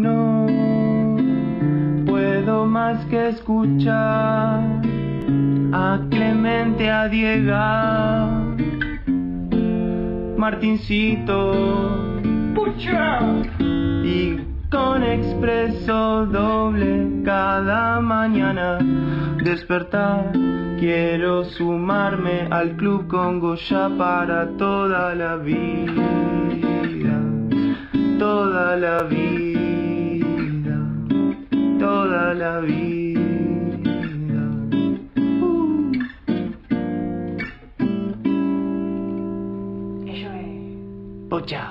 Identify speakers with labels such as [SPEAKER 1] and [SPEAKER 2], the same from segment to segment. [SPEAKER 1] No puedo más que escuchar a Clemente Adiega, Martincito
[SPEAKER 2] ¡Pucha!
[SPEAKER 1] y con expreso doble cada mañana despertar. Quiero sumarme al club con Goya para toda la vida, toda la vida, toda la vida.
[SPEAKER 2] Ello es.
[SPEAKER 1] Pocha.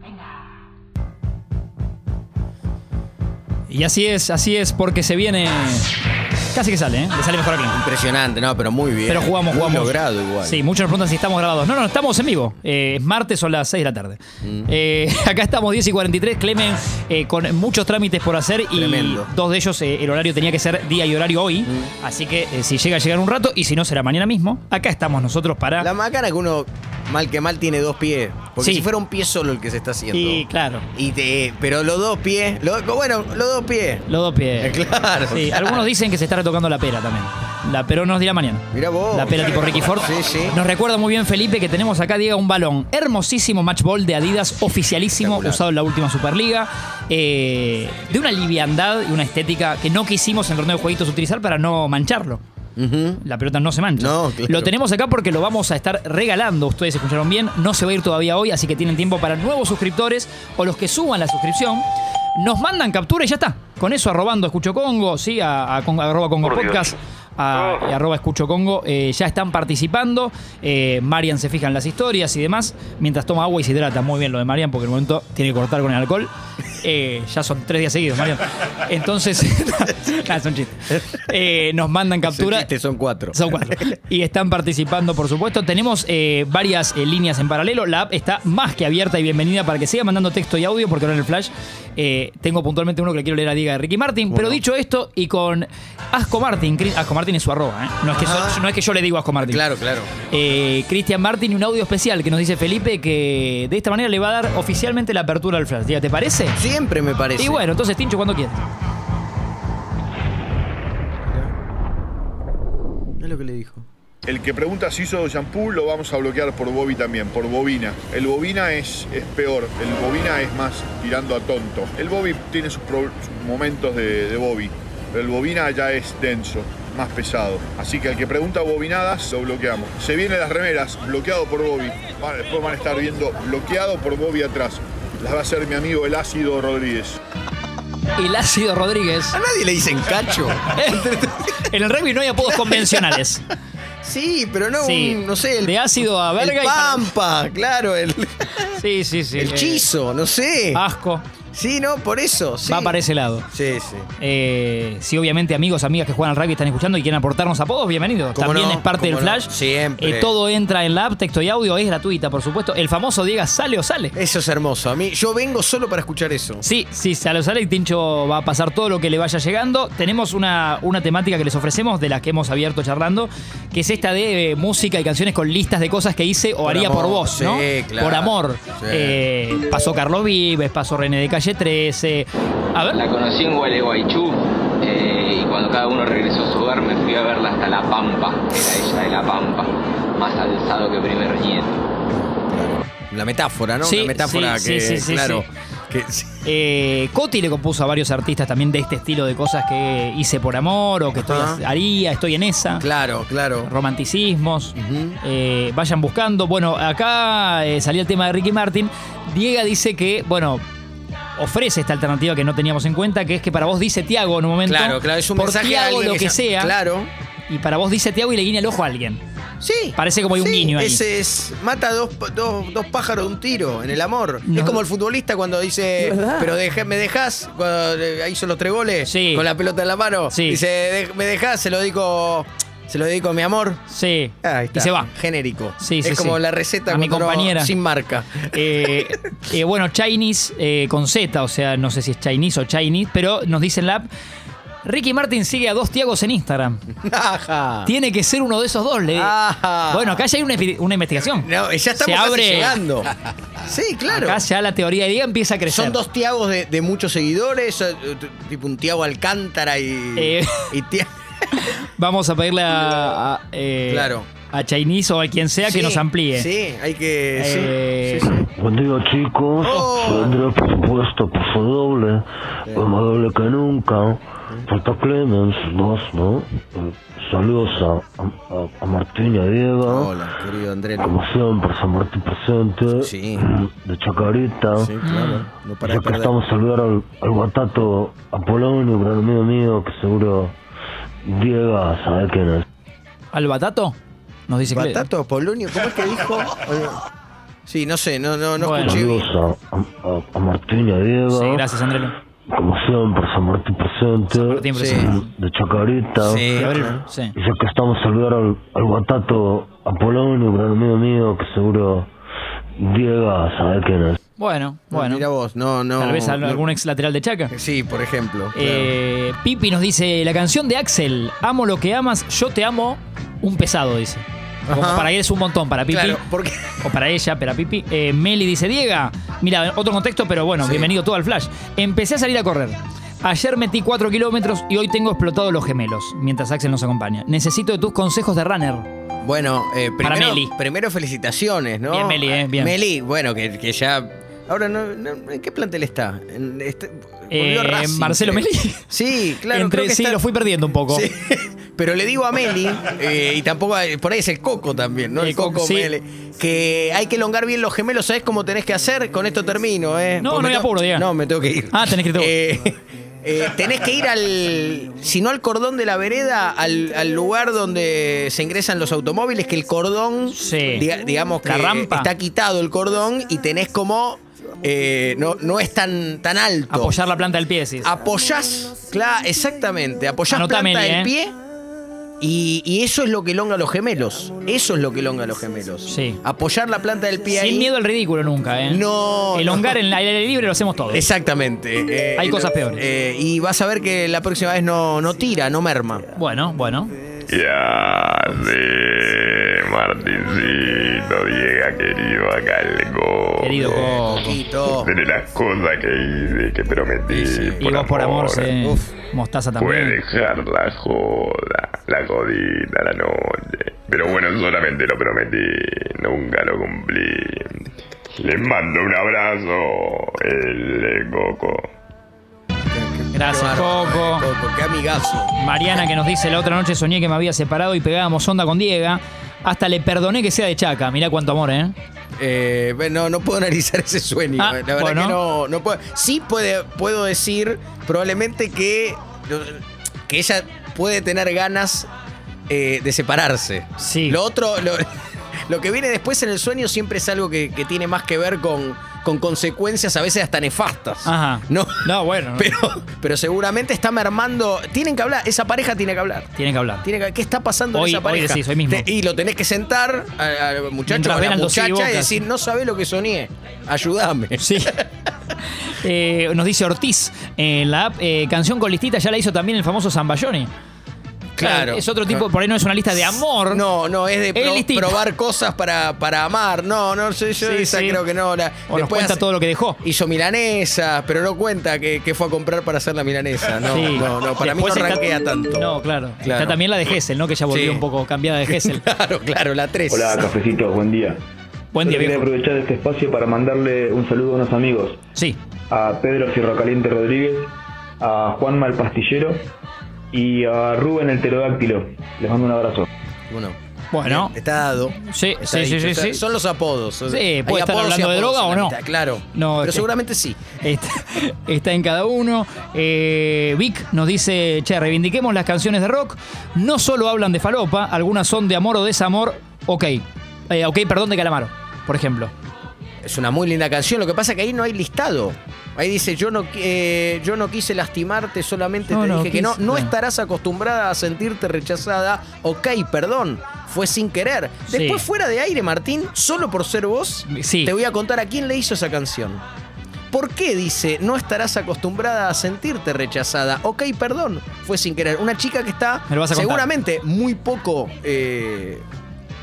[SPEAKER 2] Venga.
[SPEAKER 3] Y así es, así es, porque se viene. Casi que sale, ¿eh? Le sale mejor a Clemente.
[SPEAKER 4] Impresionante, no, pero muy bien.
[SPEAKER 3] Pero jugamos,
[SPEAKER 4] Muy
[SPEAKER 3] jugamos.
[SPEAKER 4] logrado igual.
[SPEAKER 3] Sí, muchos nos preguntan si estamos grabados. No, no, estamos en vivo. Eh, es martes, son las 6 de la tarde.
[SPEAKER 4] Mm.
[SPEAKER 3] Eh, acá estamos 10 y 43, Clemen, eh, con muchos trámites por hacer y
[SPEAKER 4] Tremendo. Mm.
[SPEAKER 3] dos de ellos eh, el horario tenía que ser día y horario hoy. Así que eh, si llega a llegar un rato y si no será mañana mismo, acá estamos nosotros para...
[SPEAKER 4] La macana que uno, mal que mal, tiene dos pies. Porque
[SPEAKER 3] Sí.
[SPEAKER 4] si fuera un pie solo el que se está haciendo.
[SPEAKER 3] y claro,
[SPEAKER 4] Y te, pero los dos pies, los- bueno, los dos pies.
[SPEAKER 3] los dos pies.
[SPEAKER 4] Eh, claro,
[SPEAKER 3] Sí,
[SPEAKER 4] claro.
[SPEAKER 3] Algunos dicen que se está retocando la pera también. La pero nos dirá mañana.
[SPEAKER 4] Mirá vos.
[SPEAKER 3] La pera tipo Ricky Ford.
[SPEAKER 4] Sí, sí.
[SPEAKER 3] Nos recuerda muy bien Felipe que tenemos acá, Diego, un balón. Hermosísimo match ball de Adidas, oficialísimo,
[SPEAKER 4] Espectacular.
[SPEAKER 3] usado en la última Superliga. Eh, de una liviandad y una estética que no quisimos en torneo de jueguitos utilizar para no mancharlo.
[SPEAKER 4] Ujú.
[SPEAKER 3] La pelota no se mancha.
[SPEAKER 4] No, claro.
[SPEAKER 3] Lo tenemos acá porque lo vamos a estar regalando. Ustedes escucharon bien. No se va a ir todavía hoy, así que tienen tiempo para nuevos suscriptores o los que suban la suscripción. Nos mandan captura y ya está. Con eso arrobando Escucho Congo, sí, a, a con- arroba Congo
[SPEAKER 5] Por Dios. Oh.
[SPEAKER 3] Podcast. a- y arroba escucho Congo, eh, ya están participando. Eh, Marian se fija en las historias y demás. Mientras toma agua y se hidrata. Muy bien lo de Marian, porque en el momento tiene que cortar con el alcohol. Eh, ya son tres días seguidos, Marian. Entonces, nada, es un chiste. Eh, nos mandan captura.
[SPEAKER 4] Este son cuatro.
[SPEAKER 3] Son cuatro. Y están participando, por supuesto. Tenemos eh, varias eh, líneas en paralelo. La app está más que abierta y bienvenida para que siga mandando texto y audio, porque ahora en el flash eh, tengo puntualmente uno que le quiero leer a Diga de Ricky Martin. Pero dicho esto, y con Asco Martin, Cri- Asco Martin es su arroba, ¿eh? no, es que so-
[SPEAKER 4] Ajá.
[SPEAKER 3] no es que yo le digo Asco Martin.
[SPEAKER 4] Claro, claro.
[SPEAKER 3] Eh, Cristian Martin y un audio especial que nos dice Felipe que de esta manera le va a dar oficialmente la apertura al flash. Diga, ¿te parece?
[SPEAKER 4] Siempre me parece.
[SPEAKER 3] Y bueno, entonces Tincho cuando quieras.
[SPEAKER 4] Es lo que le dijo.
[SPEAKER 6] El que pregunta si hizo shampoo lo vamos a bloquear por Bobby también, por Bobina. El Bobina es, es peor, el Bobina es más tirando a tonto. El Bobby tiene sus, pro- sus momentos de, de Bobby, pero el Bobina ya es denso, más pesado. Así que al que pregunta Bobinadas lo bloqueamos. Se vienen las remeras, bloqueado por Bobby. Va- Después van a estar viendo bloqueado por Bobby atrás. Las va a hacer mi amigo el ácido Rodríguez.
[SPEAKER 3] El ácido Rodríguez.
[SPEAKER 4] A nadie le dicen cacho.
[SPEAKER 3] Eh. en el rugby no hay apodos convencionales.
[SPEAKER 4] Sí, pero no
[SPEAKER 3] Sí.
[SPEAKER 4] un, no sé, el,
[SPEAKER 3] de ácido a verga
[SPEAKER 4] el
[SPEAKER 3] y para-
[SPEAKER 4] pampa, claro, el,
[SPEAKER 3] Sí, sí, sí.
[SPEAKER 4] el
[SPEAKER 3] Eh,
[SPEAKER 4] chizo, no sé.
[SPEAKER 3] Asco.
[SPEAKER 4] Sí, no, por eso. sí.
[SPEAKER 3] Va para ese lado.
[SPEAKER 4] Sí, sí.
[SPEAKER 3] Eh, si obviamente amigos, amigas que juegan al rugby están escuchando y quieren aportarnos apodos, bienvenidos.
[SPEAKER 4] Cómo
[SPEAKER 3] También
[SPEAKER 4] no,
[SPEAKER 3] es parte del
[SPEAKER 4] cómo no.
[SPEAKER 3] flash.
[SPEAKER 4] Siempre.
[SPEAKER 3] Eh, todo entra en la app, texto y audio, es gratuita, por supuesto. El famoso Diga sale o sale.
[SPEAKER 4] Eso es hermoso. A mí, yo vengo solo para escuchar eso.
[SPEAKER 3] Sí, sí, sale o sale. Tincho va a pasar todo lo que le vaya llegando. Tenemos una, una temática que les ofrecemos, de la que hemos abierto charlando, que es esta de eh, música y canciones con listas de cosas que hice o
[SPEAKER 4] Por
[SPEAKER 3] haría por
[SPEAKER 4] amor,
[SPEAKER 3] vos, ¿no?
[SPEAKER 4] sí, claro.
[SPEAKER 3] Por amor.
[SPEAKER 4] Sí.
[SPEAKER 3] Eh, pasó Carlos Vives, pasó René de Calle 13. A ver.
[SPEAKER 7] La conocí en Gualeguaychú eh, y cuando cada uno regresó a su hogar me fui a verla hasta La Pampa. Era ella de La Pampa, más alzado que primer nieto.
[SPEAKER 4] La metáfora, ¿no?
[SPEAKER 3] Sí,
[SPEAKER 4] Una metáfora
[SPEAKER 3] sí,
[SPEAKER 4] que,
[SPEAKER 3] sí, sí, sí,
[SPEAKER 4] claro.
[SPEAKER 3] sí.
[SPEAKER 4] que- sí.
[SPEAKER 3] Eh, Coti le compuso a varios artistas también de este estilo de cosas que hice por amor o que estoy
[SPEAKER 4] Ajá.
[SPEAKER 3] haría, estoy en esa.
[SPEAKER 4] Claro, Mm. claro.
[SPEAKER 3] Romanticismos. Eh, vayan buscando. Bueno, acá eh, salía el tema de Ricky Martin. Diega dice que, bueno, ofrece esta alternativa que no teníamos en cuenta, que es que para vos dice Tiago en un momento.
[SPEAKER 4] Claro, claro, es un
[SPEAKER 3] por
[SPEAKER 4] mensaje a
[SPEAKER 3] Tiago
[SPEAKER 4] alguien
[SPEAKER 3] lo que,
[SPEAKER 4] que se-
[SPEAKER 3] sea.
[SPEAKER 4] Claro.
[SPEAKER 3] Y para vos dice Tiago y le guiña el ojo a alguien.
[SPEAKER 4] Sí.
[SPEAKER 3] Parece como hay un
[SPEAKER 4] Sí,
[SPEAKER 3] guiño ahí.
[SPEAKER 4] Ese es. Mata dos, dos, dos pájaros de un tiro en el amor.
[SPEAKER 3] No.
[SPEAKER 4] Es como el futbolista cuando dice. Pero dejé- me dejás. Cuando eh, hizo los tres goles.
[SPEAKER 3] Sí.
[SPEAKER 4] Con la pelota en la mano.
[SPEAKER 3] Sí.
[SPEAKER 4] Dice, "De- me dejás, se lo dedico. Se lo dedico a mi amor.
[SPEAKER 3] Sí.
[SPEAKER 4] Ahí está.
[SPEAKER 3] Y se va.
[SPEAKER 4] Genérico.
[SPEAKER 3] Sí,
[SPEAKER 4] es
[SPEAKER 3] sí,
[SPEAKER 4] como
[SPEAKER 3] sí.
[SPEAKER 4] la receta
[SPEAKER 3] A mi
[SPEAKER 4] cuando no-
[SPEAKER 3] compañera.
[SPEAKER 4] sin marca.
[SPEAKER 3] Eh, eh, bueno, Chinese eh, con Z, o sea, no sé si es Chinese o Chinese, pero nos dice en la app. Ricky Martin sigue a dos Tiagos en Instagram.
[SPEAKER 4] Ajá. Ah.
[SPEAKER 3] Tiene que ser uno de esos dos. le-
[SPEAKER 4] Ajá.
[SPEAKER 3] Bueno, acá ya hay una, epi- una investigación.
[SPEAKER 4] No, ya estamos
[SPEAKER 3] Se
[SPEAKER 4] casi
[SPEAKER 3] abre.
[SPEAKER 4] llegando. Sí, claro.
[SPEAKER 3] Acá ya la teoría de Diego empieza a crecer.
[SPEAKER 4] Son dos Tiagos de, de muchos seguidores, eh, t- tipo un Tiago Alcántara y.
[SPEAKER 3] Eh.
[SPEAKER 4] y Tia-
[SPEAKER 3] Vamos a pedirle a, a, eh,
[SPEAKER 4] Claro.
[SPEAKER 3] a Chinese o a quien sea que
[SPEAKER 4] Sí,
[SPEAKER 3] nos amplíe.
[SPEAKER 4] Sí, hay que. sí,
[SPEAKER 3] Eh.
[SPEAKER 4] sí, sí.
[SPEAKER 5] Buen día chicos,
[SPEAKER 4] Oh.
[SPEAKER 5] vendrá presupuesto por su doble, pues más doble que nunca. Falta Clemens, vos, ¿no? Eh, Saludos a, a, a Martín y a Diego.
[SPEAKER 4] Hola, querido Andrés.
[SPEAKER 5] Como siempre, San Martín presente.
[SPEAKER 4] Sí.
[SPEAKER 5] De Chacarita.
[SPEAKER 4] Sí,
[SPEAKER 3] Mm.
[SPEAKER 4] claro. No para
[SPEAKER 5] Ya
[SPEAKER 4] de
[SPEAKER 5] que
[SPEAKER 4] perder.
[SPEAKER 5] estamos a saludar al, al guatato Apolonio, un gran amigo mío que seguro Diego sabe quién es.
[SPEAKER 3] ¿Al Batato? Nos dice que-
[SPEAKER 4] ¿Batato Polonio? ¿Cómo es que dijo? Sí, no sé, no, no, no
[SPEAKER 3] Bueno.
[SPEAKER 4] escuché bien.
[SPEAKER 5] Saludos a, a, a Martín y a Diego.
[SPEAKER 3] Sí, gracias, Andrelo.
[SPEAKER 5] Como siempre, San Martín presente.
[SPEAKER 3] Martín,
[SPEAKER 4] Sí.
[SPEAKER 3] presente.
[SPEAKER 5] De Chacarita.
[SPEAKER 4] Sí,
[SPEAKER 3] Y abrir-
[SPEAKER 4] claro.
[SPEAKER 3] sí.
[SPEAKER 5] Y ya que estamos a saludar al, al guatato Apolonio, un gran amigo mío que seguro Diego sabe quién es.
[SPEAKER 3] Bueno, bueno.
[SPEAKER 4] Mira vos, no, no.
[SPEAKER 3] Tal vez al-
[SPEAKER 4] no.
[SPEAKER 3] algún ex lateral de Chaca.
[SPEAKER 4] Sí, por ejemplo.
[SPEAKER 3] Eh, Pipi nos dice, la canción de Axel, Amo lo que amas, yo te amo, un pesado, dice. Como
[SPEAKER 4] Ajá.
[SPEAKER 3] para él es un montón, para Pipi.
[SPEAKER 4] claro. Claro, porque.
[SPEAKER 3] O para ella, pero a Pipi. Eh, Meli dice, Diega, mira, otro contexto, pero bueno,
[SPEAKER 4] Sí.
[SPEAKER 3] bienvenido todo al flash. Empecé a salir a correr. Ayer metí 4 kilómetros y hoy tengo explotados los gemelos, mientras Axel nos acompaña. Necesito de tus consejos de runner.
[SPEAKER 4] Bueno, eh, primero,
[SPEAKER 3] Para Meli.
[SPEAKER 4] primero felicitaciones, ¿no?
[SPEAKER 3] Bien, Meli, eh, bien.
[SPEAKER 4] Meli, bueno, que, que ya. Ahora, no, no- ¿en qué plantel está? En, este- volvió
[SPEAKER 3] Eh,
[SPEAKER 4] Racing,
[SPEAKER 3] Marcelo
[SPEAKER 4] creo.
[SPEAKER 3] Meli.
[SPEAKER 4] Sí, claro.
[SPEAKER 3] Entre,
[SPEAKER 4] creo que
[SPEAKER 3] sí,
[SPEAKER 4] está-
[SPEAKER 3] lo fui perdiendo un poco.
[SPEAKER 4] Sí, Pero le digo a Meli, eh, y tampoco, por ahí es el coco también, ¿no? El,
[SPEAKER 3] El coco,
[SPEAKER 4] coco,
[SPEAKER 3] sí.
[SPEAKER 4] Meli. Que hay que elongar bien los gemelos, ¿sabes cómo tenés que hacer? Con esto termino, ¿eh?
[SPEAKER 3] No,
[SPEAKER 4] Porque
[SPEAKER 3] no
[SPEAKER 4] me
[SPEAKER 3] hay
[SPEAKER 4] to-
[SPEAKER 3] apuro, Diego.
[SPEAKER 4] No, me tengo que ir.
[SPEAKER 3] Ah, tenés que irte vos.
[SPEAKER 4] Eh, eh, tenés que ir al, si no al cordón de la vereda, al, al lugar donde se ingresan los automóviles, que el cordón,
[SPEAKER 3] Sí.
[SPEAKER 4] diga- digamos que
[SPEAKER 3] La rampa.
[SPEAKER 4] está quitado el cordón y tenés como, eh, no, no es tan, tan alto.
[SPEAKER 3] Apoyar la planta del pie, decís.
[SPEAKER 4] Apoyás, claro, exactamente. Apoyás
[SPEAKER 3] Anotá,
[SPEAKER 4] planta
[SPEAKER 3] Meli,
[SPEAKER 4] del
[SPEAKER 3] eh.
[SPEAKER 4] pie. Y, y eso es lo que longa a los gemelos. Eso es lo que longa a los gemelos.
[SPEAKER 3] Sí.
[SPEAKER 4] Apoyar la planta del pie
[SPEAKER 3] Sin
[SPEAKER 4] ahí.
[SPEAKER 3] miedo al ridículo nunca, ¿eh?
[SPEAKER 4] No,
[SPEAKER 3] El
[SPEAKER 4] no.
[SPEAKER 3] hongar en la- el aire libre lo hacemos todos.
[SPEAKER 4] Exactamente. Eh,
[SPEAKER 3] Hay
[SPEAKER 4] y
[SPEAKER 3] cosas
[SPEAKER 4] lo-
[SPEAKER 3] peores.
[SPEAKER 4] eh, y vas a ver que la próxima vez no, no tira, no merma.
[SPEAKER 3] Bueno, bueno.
[SPEAKER 8] Ya, sí, Martincito, Diego querido, acá el go.
[SPEAKER 3] Querido Coco.
[SPEAKER 4] Poquito.
[SPEAKER 8] De las cosas que hice, que prometí.
[SPEAKER 3] Y vos por amor, sí.
[SPEAKER 4] Uf.
[SPEAKER 3] Mostaza
[SPEAKER 8] Puede
[SPEAKER 3] también.
[SPEAKER 8] dejar la joda, la jodita, la noche. Pero bueno, solamente lo prometí, nunca lo cumplí. Les mando un abrazo, el coco.
[SPEAKER 3] Gracias,
[SPEAKER 4] Qué bárbaro,
[SPEAKER 3] Coco.
[SPEAKER 4] eh, Coco, Qué amigazo.
[SPEAKER 3] Mariana que nos dice, la otra noche soñé que me había separado y pegábamos onda con Diega. Hasta le perdoné que sea de Chaca. Mirá cuánto amor, ¿eh?
[SPEAKER 4] Eh, bueno, no puedo analizar ese sueño.
[SPEAKER 3] Ah,
[SPEAKER 4] eh. la verdad
[SPEAKER 3] bueno.
[SPEAKER 4] que no, no puedo. Sí puede, puedo decir probablemente que, que ella puede tener ganas eh, de separarse.
[SPEAKER 3] Sí.
[SPEAKER 4] Lo otro, lo, lo que viene después en el sueño siempre es algo que, que tiene más que ver con, con consecuencias a veces hasta nefastas.
[SPEAKER 3] Ajá.
[SPEAKER 4] No,
[SPEAKER 3] No, bueno. no.
[SPEAKER 4] Pero, pero seguramente está mermando. Tienen que hablar, esa pareja tiene que hablar.
[SPEAKER 3] Tienen que hablar.
[SPEAKER 4] Tiene que- ¿Qué está pasando
[SPEAKER 3] Hoy-
[SPEAKER 4] en
[SPEAKER 3] hoy
[SPEAKER 4] esa pareja?
[SPEAKER 3] decís, hoy mismo.
[SPEAKER 4] Te- y lo tenés que sentar al- al muchacho
[SPEAKER 3] Mientras
[SPEAKER 4] o a la
[SPEAKER 3] ven al dos y
[SPEAKER 4] muchacha y
[SPEAKER 3] bocas.
[SPEAKER 4] decir, no sabés lo que soñé, ayúdame.
[SPEAKER 3] Sí. Eh, nos dice Ortiz en la app, eh, canción con listita ya la hizo también el famoso Zambayoni.
[SPEAKER 4] Claro.
[SPEAKER 3] Es otro tipo, por ahí no es una lista de amor.
[SPEAKER 4] No, no, es de
[SPEAKER 3] Es
[SPEAKER 4] pro-
[SPEAKER 3] distinto.
[SPEAKER 4] probar cosas para, para amar. No, no sé, yo
[SPEAKER 3] Sí,
[SPEAKER 4] esa
[SPEAKER 3] sí.
[SPEAKER 4] creo que no. La,
[SPEAKER 3] O nos cuenta
[SPEAKER 4] hace-
[SPEAKER 3] todo lo que dejó.
[SPEAKER 4] Hizo milanesa, pero no cuenta que, que fue a comprar para hacer la milanesa. No,
[SPEAKER 3] Sí.
[SPEAKER 4] no, no, para
[SPEAKER 3] Después
[SPEAKER 4] mí no
[SPEAKER 3] está-
[SPEAKER 4] ranquea tanto.
[SPEAKER 3] No, claro.
[SPEAKER 4] Claro.
[SPEAKER 3] Está también la de Gessel, ¿no? Que ya volvió
[SPEAKER 4] Sí.
[SPEAKER 3] un poco cambiada de Gessel.
[SPEAKER 4] Claro, claro, la 3.
[SPEAKER 9] Hola, cafecitos, buen día.
[SPEAKER 3] Buen día,
[SPEAKER 9] Yo quería
[SPEAKER 3] viejo.
[SPEAKER 9] aprovechar este espacio para mandarle un saludo a unos amigos,
[SPEAKER 3] Sí.
[SPEAKER 9] a Pedro Fierrocaliente Rodríguez, a Juan Malpastillero y a Rubén el Pterodáctilo. Les mando un abrazo.
[SPEAKER 4] Bueno,
[SPEAKER 3] Bueno.
[SPEAKER 4] está dado.
[SPEAKER 3] Sí,
[SPEAKER 4] Está
[SPEAKER 3] sí, sí,
[SPEAKER 4] dicho,
[SPEAKER 3] sí,
[SPEAKER 4] está-
[SPEAKER 3] sí.
[SPEAKER 4] Son los apodos. son-
[SPEAKER 3] Sí,
[SPEAKER 4] hay
[SPEAKER 3] puede estar
[SPEAKER 4] apodos y
[SPEAKER 3] hablando de
[SPEAKER 4] apodos
[SPEAKER 3] droga
[SPEAKER 4] en
[SPEAKER 3] o
[SPEAKER 4] la
[SPEAKER 3] no.
[SPEAKER 4] mitad, Claro.
[SPEAKER 3] No, este-
[SPEAKER 4] pero
[SPEAKER 3] es que-
[SPEAKER 4] seguramente sí.
[SPEAKER 3] Está, está en cada uno. Eh, Vic nos dice, che, reivindiquemos las canciones de rock. No solo hablan de falopa, algunas son de amor o desamor. Ok. Eh, ok, perdón, de Calamaro, por ejemplo.
[SPEAKER 4] Es una muy linda canción. Lo que pasa es que ahí no hay listado. Ahí dice, yo no, qui- eh, yo no quise lastimarte, solamente
[SPEAKER 3] No,
[SPEAKER 4] te
[SPEAKER 3] no
[SPEAKER 4] dije que no,
[SPEAKER 3] quise-
[SPEAKER 4] no
[SPEAKER 3] no.
[SPEAKER 4] estarás acostumbrada a sentirte rechazada. Ok, perdón, fue sin querer.
[SPEAKER 3] Sí.
[SPEAKER 4] Después, fuera de aire, Martín, solo por ser vos,
[SPEAKER 3] Sí.
[SPEAKER 4] te voy a contar a quién le hizo esa canción. ¿Por qué? Dice, no estarás acostumbrada a sentirte rechazada. Ok, perdón, fue sin querer. Una chica que está
[SPEAKER 3] Me lo vas a contar.
[SPEAKER 4] seguramente muy poco eh,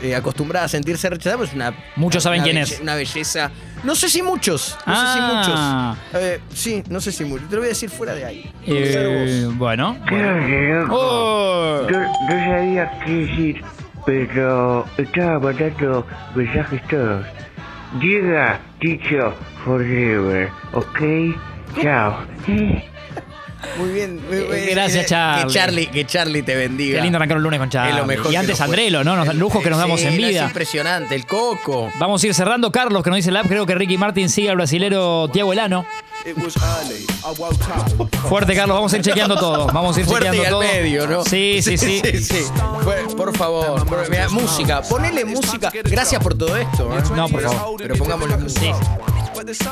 [SPEAKER 4] eh, acostumbrada a sentirse rechazada, pues es una...
[SPEAKER 3] Muchos saben
[SPEAKER 4] una
[SPEAKER 3] quién
[SPEAKER 4] belle-
[SPEAKER 3] es.
[SPEAKER 4] Una belleza... No sé si muchos. No
[SPEAKER 3] Ah.
[SPEAKER 4] sé si muchos. Eh, sí, no sé si muchos. Te lo voy a decir fuera de ahí.
[SPEAKER 3] Eh, bueno.
[SPEAKER 1] Gracias, loco.
[SPEAKER 3] ¡Oh!
[SPEAKER 1] Yo, yo sabía qué decir, pero estaba mandando mensajes todos. Llega, dicho, forever, ¿ok? Chao.
[SPEAKER 4] Muy bien. muy
[SPEAKER 3] Eh,
[SPEAKER 4] bien.
[SPEAKER 3] gracias,
[SPEAKER 4] Que
[SPEAKER 3] Charlie.
[SPEAKER 4] Charlie, que Charlie te bendiga.
[SPEAKER 3] Qué lindo arrancar un lunes con Charlie.
[SPEAKER 4] Es lo mejor
[SPEAKER 3] y
[SPEAKER 4] que
[SPEAKER 3] antes
[SPEAKER 4] nos puede-
[SPEAKER 3] Andrelo, ¿no? Nos,
[SPEAKER 4] El-
[SPEAKER 3] lujos que nos
[SPEAKER 4] sí,
[SPEAKER 3] damos en
[SPEAKER 4] no, Es
[SPEAKER 3] vida.
[SPEAKER 4] impresionante, el coco.
[SPEAKER 3] Vamos a ir cerrando. Carlos, que nos dice el app, creo que Ricky Martin sigue al brasilero Tiago Elano. Fuerte, Carlos. Vamos a ir chequeando todo. Vamos a ir
[SPEAKER 4] Fuerte y
[SPEAKER 3] chequeando
[SPEAKER 4] al
[SPEAKER 3] todo.
[SPEAKER 4] medio, ¿no?
[SPEAKER 3] Sí, sí, sí.
[SPEAKER 4] sí. Por, por favor, por- mirá, música. Ponele música. Gracias por todo esto. ¿eh?
[SPEAKER 3] No, por favor.
[SPEAKER 4] Pero pongámosle música.
[SPEAKER 3] Sí.